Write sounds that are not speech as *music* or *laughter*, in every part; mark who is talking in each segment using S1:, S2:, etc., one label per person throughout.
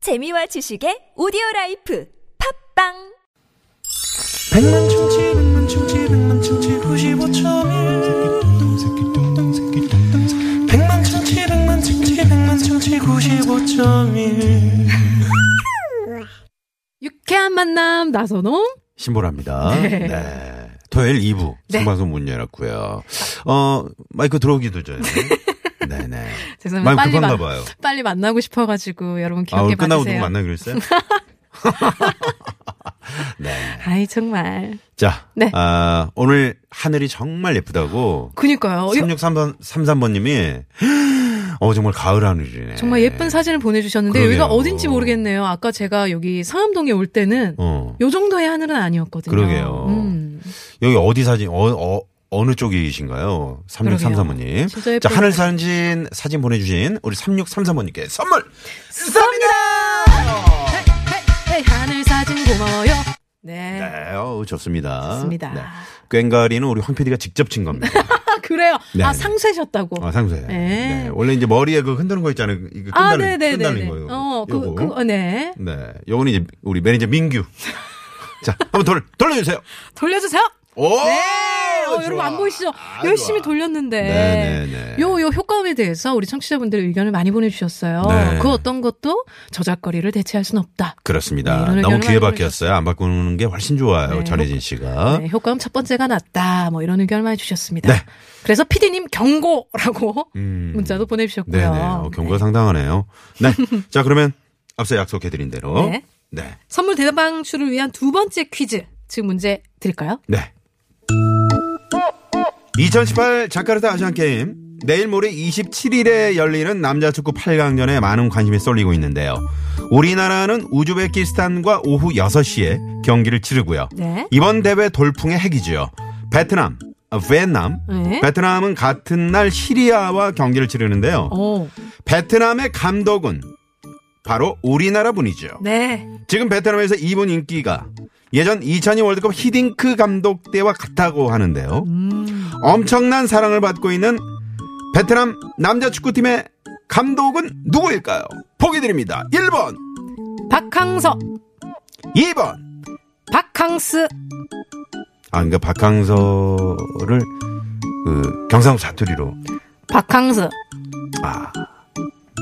S1: 재미와 지식의 오디오 라이프 팝빵
S2: 백만 충치 백만 충치 백만 충치 95.1 백만 충치 백만 충치 백만 충치 95.1
S3: 유쾌한 만남 나선홍
S4: 신보라입니다. 네. 토요일 2부
S3: 네.
S4: 생방송 문 열었고요. 어 마이크 들어오기도
S3: *laughs*
S4: 전에. 네네.
S3: 죄송합니다.
S4: 마이크
S3: 음, 빨리
S4: 급한가
S3: 만,
S4: 봐요.
S3: 빨리 만나고 싶어가지고 여러분
S4: 아
S3: 기억해
S4: 오늘 끝나고 누구
S3: 봐주세요.
S4: 만나기로
S3: *laughs*
S4: 했어요? 네.
S3: 아이 정말
S4: 자,
S3: 네.
S4: 아, 오늘 하늘이 정말 예쁘다고
S3: 그니까요.
S4: 3633번 33번님이 어 정말 가을 하늘이네.
S3: 정말 예쁜 사진을 보내주셨는데
S4: 그러게요.
S3: 여기가 어딘지 모르겠네요. 아까 제가 여기 상암동에 올 때는
S4: 어
S3: 요 정도의 하늘은 아니었거든요.
S4: 그러게요.
S3: 음.
S4: 여기 어디 사진 어, 어 어느 쪽이신가요? 3633번님.
S3: 진짜 예뻐요.
S4: 자 하늘 사진 사진 보내주신 우리 3633번님께 선물 쏩니다.
S3: 헤이, 하늘 사진 고마워요. 네.
S4: 네, 어우, 좋습니다.
S3: 좋습니다.
S4: 네. 꽹가리는 우리 황 PD가 직접 친
S3: *laughs*
S4: 겁니다.
S3: 아 그래요.
S4: 네,
S3: 아
S4: 네.
S3: 상쇄셨다고.
S4: 아, 상세.
S3: 네.
S4: 네. 원래 이제 머리에 그 흔드는 거 있잖아요. 이거
S3: 아,
S4: 끈다는, 끈다는 거요.
S3: 어, 그,
S4: 요거.
S3: 그, 어, 네.
S4: 네. 요거는 이제 우리
S3: *laughs*
S4: 매니저 민규. 자, 한번 돌, 돌려주세요.
S3: 돌려주세요.
S4: 오!
S3: 네. 어,
S4: 좋아.
S3: 여러분 안 보이시죠?
S4: 아,
S3: 열심히
S4: 좋아.
S3: 돌렸는데.
S4: 네, 네, 네.
S3: 요, 요 효과음에 대해서 우리 청취자분들의 의견을 많이 보내주셨어요.
S4: 네.
S3: 그 어떤 것도 저작거리를 대체할 순 없다. 네,
S4: 그렇습니다.
S3: 이런
S4: 너무
S3: 의견을
S4: 귀에
S3: 많이
S4: 박혔어요. 안 바꾸는 게 훨씬 좋아요.
S3: 네,
S4: 전혜진 씨가.
S3: 네, 효과음 첫 번째가 낫다. 뭐 이런 의견을 많이 주셨습니다.
S4: 어? 네.
S3: 그래서 피디님 경고라고
S4: 음.
S3: 문자도 보내주셨고요.
S4: 네네. 어, 경고가
S3: 네.
S4: 상당하네요.
S3: *laughs*
S4: 네. 자, 그러면 앞서 약속해드린 대로.
S3: 네.
S4: 네.
S3: 선물 대방출을 위한 두 번째 퀴즈. 지금 문제 드릴까요?
S4: 네. 2018 자카르타 아시안게임 내일 모레 27일에 열리는 남자 축구 8강전에 많은 관심이 쏠리고 있는데요. 우리나라는 우즈베키스탄과 오후 6시에 경기를 치르고요.
S3: 네.
S4: 이번 대회 돌풍의 핵이지요. 베트남, 아, 베트남.
S3: 네.
S4: 베트남은 같은 날 시리아와 경기를 치르는데요.
S3: 오.
S4: 베트남의 감독은 바로 우리나라 분이죠.
S3: 네.
S4: 지금 베트남에서 이분 인기가 예전 2002 월드컵 히딩크 감독 때와 같다고 하는데요.
S3: 음.
S4: 엄청난 사랑을 받고 있는 베트남 남자 축구팀의 감독은 누구일까요? 보기 드립니다. 1번,
S3: 박항서,
S4: 2번.
S3: 박항스.
S4: 아, 그러니까 박항서를 그 경상도 사투리로
S3: 박항스.
S4: 아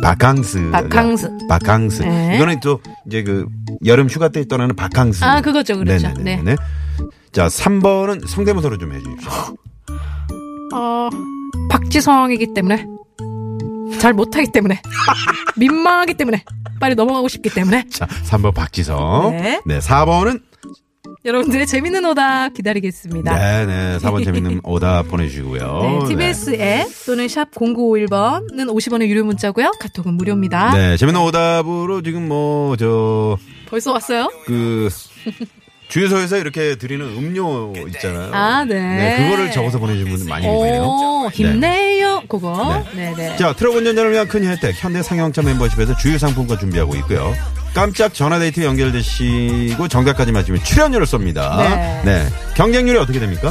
S4: 박항스
S3: 박항스.
S4: 박항스
S3: 네.
S4: 이거는 또 이제 그 여름 휴가 때 떠나는 박항스
S3: 아, 그거죠. 그렇죠. 네.
S4: 네네네. 자, 3번은 성대모사로 좀 해주십시오.
S3: 어, 박지성이기 때문에 잘 못하기 때문에 *laughs* 민망하기 때문에 빨리 넘어가고 싶기 때문에
S4: 자, 3번 박지성.
S3: 네.
S4: 네. 4번은
S3: 여러분들의 재밌는 오답 기다리겠습니다.
S4: 네네. 어, 4번 재밌는
S3: *laughs*
S4: 오답 보내주시고요.
S3: 네, TBS 앱 또는 샵 0951번은 50원의 유료 문자고요. 카톡은 무료입니다.
S4: 네. 네, 재밌는 오답으로 지금 뭐, 저,
S3: 벌써 왔어요?
S4: 그, 주유소에서 이렇게 드리는 음료 있잖아요.
S3: 아, 네.
S4: 그거를 적어서 보내주신 분들 많이 계세요.
S3: 오, 힘내요. 그거. 네, 네.
S4: 예, 자, 트럭 운전자를 위한 큰 혜택, 현대 상용차 멤버십에서 주유 상품과 준비하고 있고요. 깜짝 전화데이트 연결되시고 정답까지 맞히면 출연료를 쏩니다.
S3: 네.
S4: 경쟁률이 어떻게 됩니까?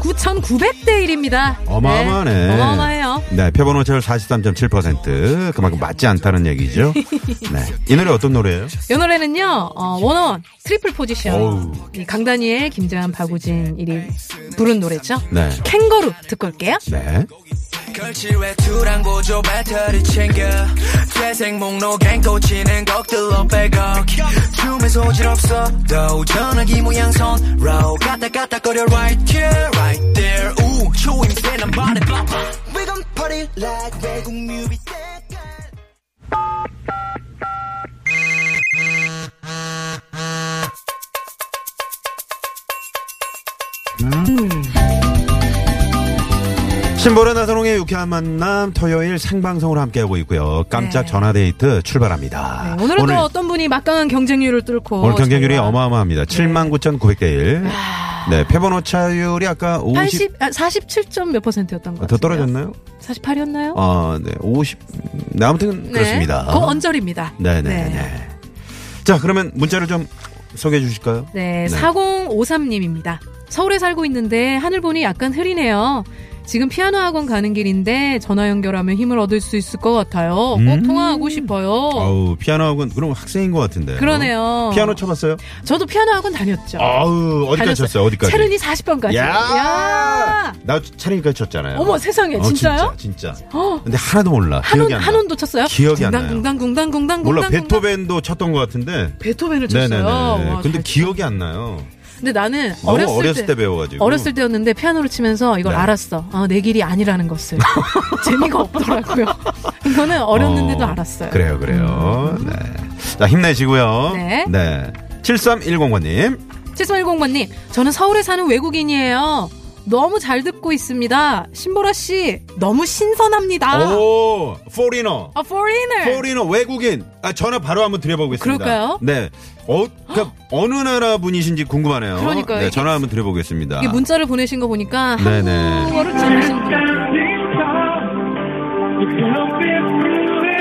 S3: 79,900대 1입니다.
S4: 어마어마하네.
S3: 어마어마해요.
S4: 네, 표본 오차율 43.7%. 그만큼 맞지 않다는 얘기죠. 네. 이 노래 어떤 노래예요?
S3: 이 노래는요, 어, 원원, 트리플 포지션.
S4: 어우.
S3: 이 강다니엘, 김재환, 박우진, 일이 부른 노래죠.
S4: 네.
S3: 캥거루 듣고 올게요.
S4: 네.
S2: 걸치 외투랑 보조 배터리 챙겨 재생 목록엔 꽂히는 것들로 백억 춤에 소질 없어 도 전화기 모양 손로 까딱까딱거려 right here right there 우 초임새 난 바래 빠빠 We gon' party like 외국 뮤비 색깔
S4: 신보라 나선홍의 유쾌한 만남 토요일 생방송으로 함께하고 있고요. 깜짝
S3: 네.
S4: 전화데이트 출발합니다.
S3: 네, 오늘은 또 어떤 분이 막강한 경쟁률을 뚫고.
S4: 오늘 경쟁률이
S3: 저희와
S4: 어마어마합니다.
S3: 네.
S4: 79,900대 1.
S3: 아.
S4: 네, 표본 오차율이 아까 50,
S3: 80, 아, 47. 몇 퍼센트였던 것 같아요.
S4: 아, 더 떨어졌나요?
S3: 48이었나요?
S4: 아, 네, 50. 네, 아무튼 그렇습니다.
S3: 그 언저리입니다.
S4: 네, 네, 네. 자, 그러면 문자를 좀 소개해 주실까요?
S3: 네,
S4: 네.
S3: 4053님입니다. 서울에 살고 있는데 하늘 보니 약간 흐리네요. 지금 피아노 학원 가는 길인데 전화 연결하면 힘을 얻을 수 있을 것 같아요.
S4: 음.
S3: 꼭 통화하고 싶어요.
S4: 아우 피아노 학원 그럼 학생인 것 같은데.
S3: 그러네요.
S4: 피아노 쳐봤어요?
S3: 저도 피아노 학원 다녔죠.
S4: 아우 어디까지
S3: 다녔어요.
S4: 쳤어요? 어디까지?
S3: 체르니 40번까지.
S4: 야!
S3: 야!
S4: 나 체르니까지 쳤잖아요.
S3: 어머 세상에
S4: 어,
S3: 진짜요?
S4: 진짜 진짜.
S3: 어,
S4: 근데 하나도 몰라. 기억이
S3: 한원
S4: 안 나.
S3: 한원도 쳤어요?
S4: 기억이 안 나요.
S3: 궁당 궁당 궁당 궁당
S4: 몰라
S3: 궁당
S4: 베토벤도 쳤던 것 같은데.
S3: 베토벤을 쳤어요.
S4: 네네네.
S3: 와,
S4: 근데
S3: 잘
S4: 기억이 안 나요.
S3: 근데 나는
S4: 너무
S3: 어렸을,
S4: 어렸을, 때, 배워가지고.
S3: 어렸을 때였는데 피아노를 치면서 이걸
S4: 네.
S3: 알았어. 아, 내 길이 아니라는
S4: *laughs*
S3: 것을 재미가 없더라고요. 이거는 어렸는데도
S4: 어,
S3: 알았어요. 음.
S4: 그래요, 그래요. 네. 자 힘내시고요.
S3: 네.
S4: 7310번님.
S3: 7310번님, 저는 서울에 사는 외국인이에요. 너무 잘 듣고 있습니다. 신보라 씨, 너무 신선합니다.
S4: 오, 포리너.
S3: 아, foreigner.
S4: 포리너 외국인. 아, 전화 바로 한번 드려보겠습니다.
S3: 그럴까요?
S4: 네. 어, 그러니까 어느 나라 분이신지 궁금하네요.
S3: 그러니까요.
S4: 네,
S3: 이게-
S4: 전화 한번 드려보겠습니다.
S3: 이게 문자를 보내신 거 보니까
S4: 아. 네네.
S3: 한국어를 잘하시는 분.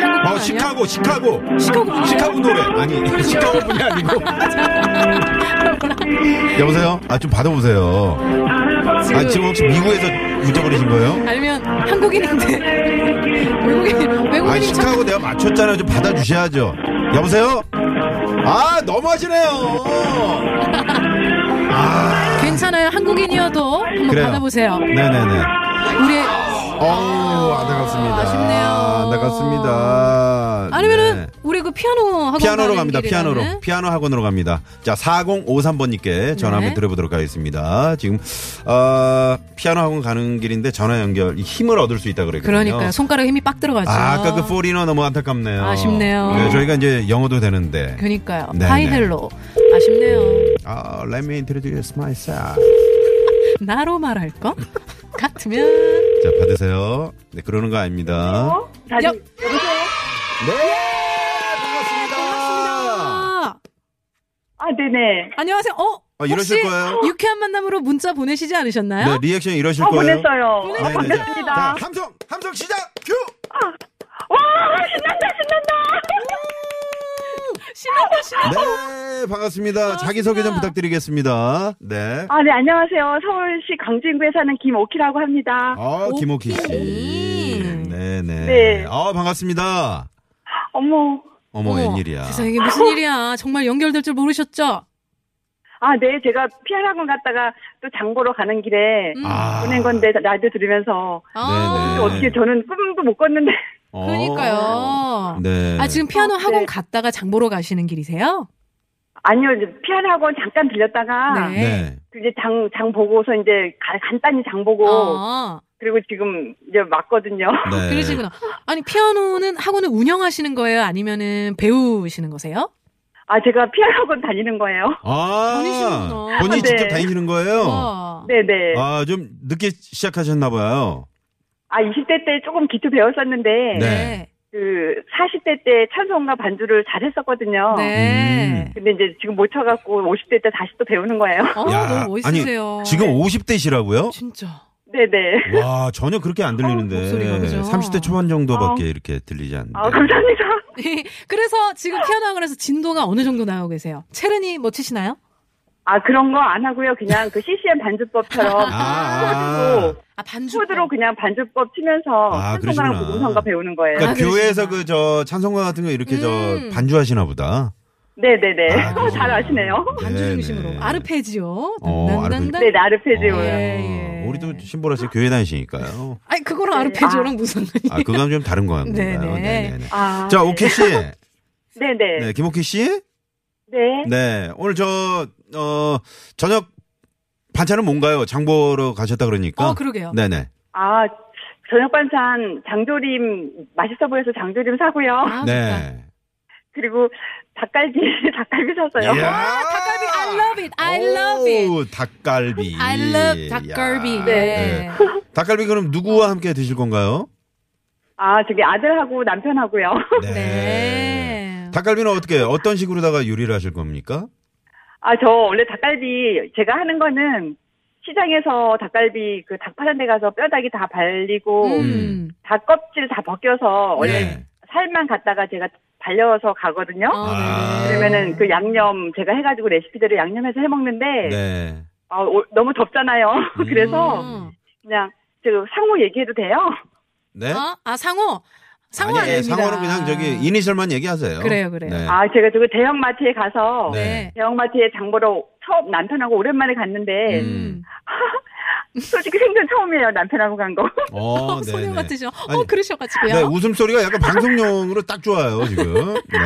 S3: 한국분
S4: 어,
S3: 아니야?
S4: 시카고, 시카고.
S3: 시카고 분이에요?
S4: 시카고 노래.
S3: *laughs*
S4: 아니, 시카고 분이 아니고. 여보세요? 아, 좀 받아보세요.
S3: *laughs*
S4: 아, 지금 혹시 미국에서 문자 보내신 거예요?
S3: 알면 한국인인데 *laughs* 외국인
S4: 아,
S3: 외국인인 척
S4: 시카고 내가 맞췄잖아요. 좀 받아주셔야죠. 여보세요? 아, 너무하시네요. 아,
S3: 괜찮아요 한국인이어도 한번
S4: 그래요.
S3: 받아보세요
S4: 네네네.
S3: 우리
S4: 어우, 안타깝습니다.
S3: 아쉽네요.
S4: 안타깝습니다.
S3: 아니면은
S4: 네.
S3: 우리 그 피아노 학원
S4: 피아노로
S3: 가는
S4: 갑니다.
S3: 길이라는?
S4: 피아노로. 피아노 학원으로 갑니다. 자, 4053번님께 전화 한번
S3: 네.
S4: 드려보도록 하겠습니다. 지금, 어, 피아노 학원 가는 길인데 전화 연결, 이 힘을 얻을 수 있다 그랬거든요.
S3: 그러니까 손가락에 힘이 빡 들어가죠
S4: 어. 아, 아까 그 포리너 너무 안타깝네요.
S3: 아쉽네요.
S4: 네, 저희가 이제 영어도 되는데.
S3: 그러니까요
S4: 네네.
S3: 파이델로 아쉽네요
S4: 아, let me introduce myself.
S3: 나로 말할 것 같으면
S4: 자, 받으세요. 네, 그러는 거 아닙니다.
S3: 여,
S4: 네! 반갑습니다.
S3: 아,
S5: 아, 네네.
S3: 안녕하세요 어
S4: 아, 이러실
S3: 혹시
S4: 거예요?
S3: 유쾌한 만남으로 문자 보내시지 않으셨나요?
S4: 네, 리액션 이러실
S5: 아,
S4: 거예요.
S5: 보냈어요.
S4: 네,
S5: 아,
S4: 네, 네.
S5: 반갑습니다.
S4: 자, 함성, 함성 시작! 큐!
S5: 와, 신난다, 신난다.
S3: 신난다 신난다 *laughs*
S4: 네, 반갑습니다. 자기소개 좀 부탁드리겠습니다. 네.
S5: 아, 네, 안녕하세요. 서울시 광진구에 사는 김오키라고 합니다.
S4: 아, 김옥희 씨.
S3: 오키.
S4: 네, 네.
S5: 네.
S4: 아, 반갑습니다.
S5: 어머.
S4: 어머,
S3: 어머,
S4: 웬일이야.
S3: 세상에 이게 무슨 일이야. 정말 연결될 줄 모르셨죠?
S5: 아, 네, 제가 피아노 학원 갔다가 또 장보러 가는 길에
S3: 음.
S4: 아.
S5: 보낸 건데, 라디오 들으면서.
S3: 아,
S4: 네.
S5: 근데 어떻게 저는 꿈도 못 꿨는데. *laughs*
S4: 어.
S3: 그러니까요.
S4: 네.
S3: 아, 지금 피아노
S5: 어,
S3: 학원
S5: 네.
S3: 갔다가 장보러 가시는 길이세요?
S5: 아니요, 이제 피아노 학원 잠깐 들렸다가.
S3: 네.
S4: 네.
S5: 그 이제 장, 장 보고서 이제 가- 간단히 장 보고.
S3: 아,
S5: 그리고 지금 이제 맞거든요.
S4: 네.
S3: 그러시구나. 아니, 피아노는 학원을 운영하시는 거예요? 아니면은 배우시는 거세요?
S5: 아, 제가 피아노 학원 다니는 거예요.
S4: 아,
S3: 다니시는구나. 어.
S4: 본인이
S5: 아, 네.
S4: 직접 다니시는 거예요?
S3: 와.
S5: 네네. 아,
S4: 아, 좀 늦게 시작하셨나봐요.
S5: 20대 때 조금 기초 배웠었는데.
S4: 네.
S5: 그 40대 때 찬송과 반주를 잘 했었거든요.
S3: 네.
S5: 근데 이제 지금 못 쳐갖고 50대 때 다시 또 배우는 거예요. *laughs*
S3: 어,
S4: 음. 야,
S3: 너무 멋있으세요.
S4: 지금 50대시라고요?
S3: 진짜.
S5: 네네.
S4: 와, 전혀 그렇게
S3: 어,
S4: 안
S3: 목소리가
S4: 들리는데.
S3: 그죠? 어.
S4: 30대 초반 정도밖에 이렇게 들리지 않는데.
S5: 아, 감사합니다.
S3: *laughs* 그래서 지금 피아노 학원에서 진도가 어느 정도 나오고 계세요? 체르니 뭐 치시나요?
S5: 아, 그런 거 안 하고요. 그냥 그 CCM 반주법처럼.
S4: 아,
S5: 코드로,
S3: 아, 반주.
S5: 코드로 그냥 반주법 치면서
S4: 아,
S5: 찬송가랑
S4: 그러시구나.
S5: 보금성가 배우는 거예요.
S4: 그러니까
S3: 아, 그러시구나.
S4: 교회에서 그 저 찬송가 같은 거 이렇게
S3: 음.
S4: 저 반주하시나 보다.
S5: 네네네.
S4: 아, 그러시구나.
S5: 잘 아시네요.
S3: 반주
S4: 네,
S3: 중심으로.
S4: 네.
S3: 아르페지오.
S4: 어,
S3: 단단단단.
S5: 네, 나르페지오요.
S3: 예, 예.
S4: 어, 우리도 신보라 씨 교회 다니시니까요.
S3: 아니
S5: 네.
S3: 그거랑 아르페지오랑 무슨 관이
S4: 아, 그건 좀 다른 거 같네요.
S3: 네네.
S4: 네네네.
S5: 아,
S4: 자, 오키 씨.
S5: 네네.
S4: 네,
S5: 네.
S4: 김옥희 씨. 네. 오늘 저, 어, 저녁 반찬은 뭔가요? 장보러 가셨다 그러니까.
S3: 어, 그러게요.
S4: 네네.
S5: 아, 저녁 반찬 장조림 맛있어 보여서 장조림 사고요.
S3: 아, 좋다.
S4: 네.
S5: 그리고 닭갈비 *laughs* 닭갈비 샀어요.
S3: 닭갈비 I love it. I love it.
S4: 예. 오, 닭갈비.
S3: I love 닭갈비.
S4: 예,
S3: 네.
S4: 야. 닭갈비 그럼 누구와 함께 드실 건가요?
S5: 아, 저기 아들하고 남편하고요. *laughs*
S3: 네.
S4: 닭갈비는 어떻게 어떤 식으로다가 요리를 하실 겁니까?
S5: 아, 저 원래 닭갈비 제가 하는 거는 시장에서 닭갈비 그 닭 파는 데 가서 뼈다귀 다 발리고
S3: 음.
S5: 닭 껍질 다 벗겨서 원래
S4: 네.
S5: 살만 갖다가 제가 발려서 가거든요.
S4: 아.
S3: 네.
S5: 어, 그러면은 그 양념 제가 해가지고 레시피대로 양념해서 해 먹는데
S4: 네.
S5: *laughs*
S4: 음.
S5: 아, 오- 너무 덥잖아요. 그래서
S3: 음.
S5: 그냥 저 상호 얘기해도 돼요?
S4: 네?
S3: 어? 아 상호 상호
S4: 아니,
S3: 안
S4: 예,
S3: 됩니다.
S4: 상호는 그냥 저기 이니셜만 얘기하세요.
S3: 그래요, 그래요.
S4: 네.
S5: 아, 제가 저기 대형마트에 가서
S3: 네.
S5: 대형마트에 장보러 처음 남편하고 오랜만에 갔는데
S3: *laughs*
S4: 음.
S5: 솔직히 생전 처음이에요 남편하고 간 거. *laughs*
S4: 어,
S3: 어,
S4: 네,
S3: 소녀
S4: 네.
S3: 같으셔. 어
S4: 아니,
S3: 그러셔가지고요.
S4: 네, 웃음소리가 약간 방송용으로 딱 좋아요, 지금. 네,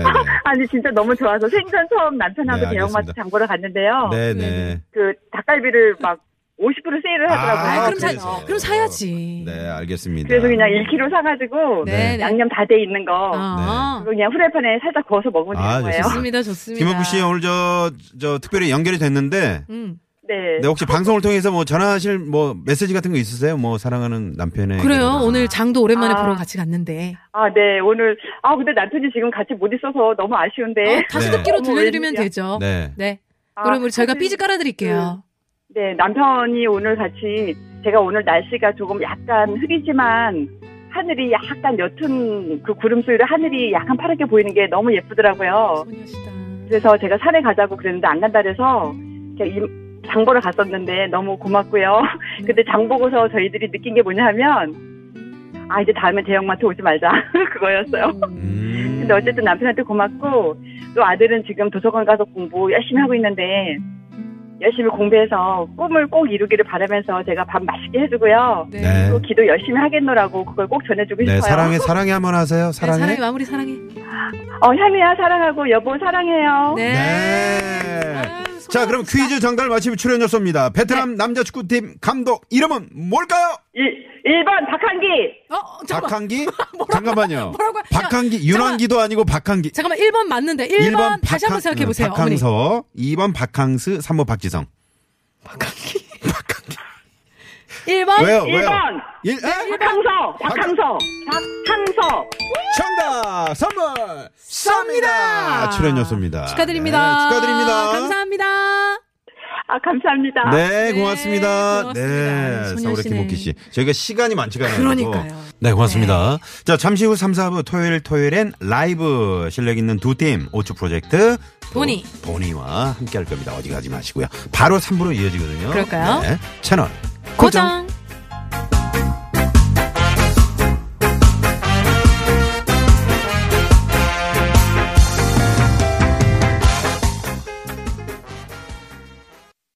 S5: 아니 진짜 너무 좋아서 생전 처음 남편하고
S4: 네,
S5: 대형마트
S4: 알겠습니다.
S5: 장보러 갔는데요.
S4: 네. 네,
S3: 네.
S4: 네.
S5: 그 닭갈비를 막 50% 세일을 하더라고요.
S3: 아, 그럼 사,
S4: 그래서.
S3: 그럼 사야지.
S4: 네, 알겠습니다.
S5: 그래서 그냥 1kg 사가지고
S3: 네, 네.
S5: 양념 다 돼 있는 거
S3: 아,
S4: 네.
S5: 그거 그냥 후라이팬에 살짝 구워서 먹으면 되는
S4: 아,
S5: 거예요.
S3: 좋습니다,
S4: 좋습니다.
S3: 좋습니다.
S4: 김원구 씨 오늘 저, 저 특별히 연결이 됐는데,
S3: 음.
S5: 네.
S4: 네, 혹시 방송을 통해서 뭐 전화하실 뭐 메시지 같은 거 있으세요? 뭐 사랑하는 남편의.
S3: 그래요. 오늘 장도 오랜만에
S5: 아.
S3: 보러 같이 갔는데
S5: 아, 네. 오늘 아 근데 남편이 지금 같이 못 있어서 너무 아쉬운데.
S3: 어, 다시
S4: 네.
S3: 듣기로
S5: 어머,
S3: 들려드리면
S5: 웬일이야.
S3: 되죠. 네.
S4: 네.
S5: 아,
S3: 그럼 우리 저희가
S5: 사실-
S3: 삐지 깔아드릴게요.
S5: 네, 남편이 오늘 같이 제가 오늘 날씨가 조금 약간 흐리지만 하늘이 약간 옅은 그 구름 속에 하늘이 약간 파랗게 보이는 게 너무 예쁘더라고요.
S3: 소녀시다.
S4: 네.
S5: 그래서 제가 산에 가자고 그랬는데 안 간다 그래서 그냥 이- 장 보러 갔었는데 너무 고맙고요. *laughs* 근데 장 보고서 저희들이 느낀 게 뭐냐 하면 아 이제 다음에 대형마트 오지 말자 *laughs* 그거였어요.
S4: 음.
S5: 근데 어쨌든 남편한테 고맙고 또 아들은 지금 도서관 가서 공부 열심히 하고 있는데 열심히 공부해서 꿈을 꼭 이루기를 바라면서 제가 밥 맛있게 해주고요.
S3: 네.
S4: 네.
S3: 네,
S5: 또 기도 열심히 하겠노라고 그걸 꼭 전해주고
S4: 네,
S5: 싶어요.
S4: 사랑해, 사랑해 한번 하세요. 사랑해.
S3: 네, 사랑해, 마무리 사랑해.
S5: 어 향이야 사랑하고 여보 사랑해요.
S3: 네.
S4: 네.
S3: 아유, 소녀.
S4: 자, 그럼 퀴즈 정답을 마치면 출연료
S3: 네.
S4: 쏩니다. 베트남 남자축구팀 감독 이름은 뭘까요?
S5: 일 1번 박한기.
S3: 어, 어, 잠깐만. *laughs*
S4: 박한기? 잠깐만요.
S3: 뭐라고요?
S4: 박한기, 윤환기도 아니고 박한기.
S3: 잠깐만 1번 맞는데 1번, 다시 한번 생각해 보세요. 어머니.
S4: 네, 박항서, 2번 박항스, 3번 박지성.
S3: 1번
S4: 왜요?
S5: 네, 일
S4: 왜요?
S5: 번.
S4: 일- 네? 에?
S5: 박항서, 박항서, 박항서.
S4: 정답 선물 쏩니다.
S3: 쏩니다.
S4: 출연료 쏩니다.
S3: 축하드립니다.
S4: 네, 축하드립니다.
S3: 감사합니다.
S5: 아 감사합니다.
S4: 네, 고맙습니다.
S3: 고맙습니다.
S4: 네,
S3: 소녀시네.
S4: 서울의 김옥기 씨. 저희가 시간이 많지가 않아요.
S3: 그러니까요.
S4: 네, 고맙습니다. 자, 잠시 후 3, 4부 토요일 토요일엔 라이브 실력 있는 두 팀 오츠 프로젝트 또
S3: 보니.
S4: 보니와 함께 할 겁니다. 어디 가지 마시고요. 바로 3부로 이어지거든요.
S3: 그럴까요?
S4: 네, 채널
S3: 고정.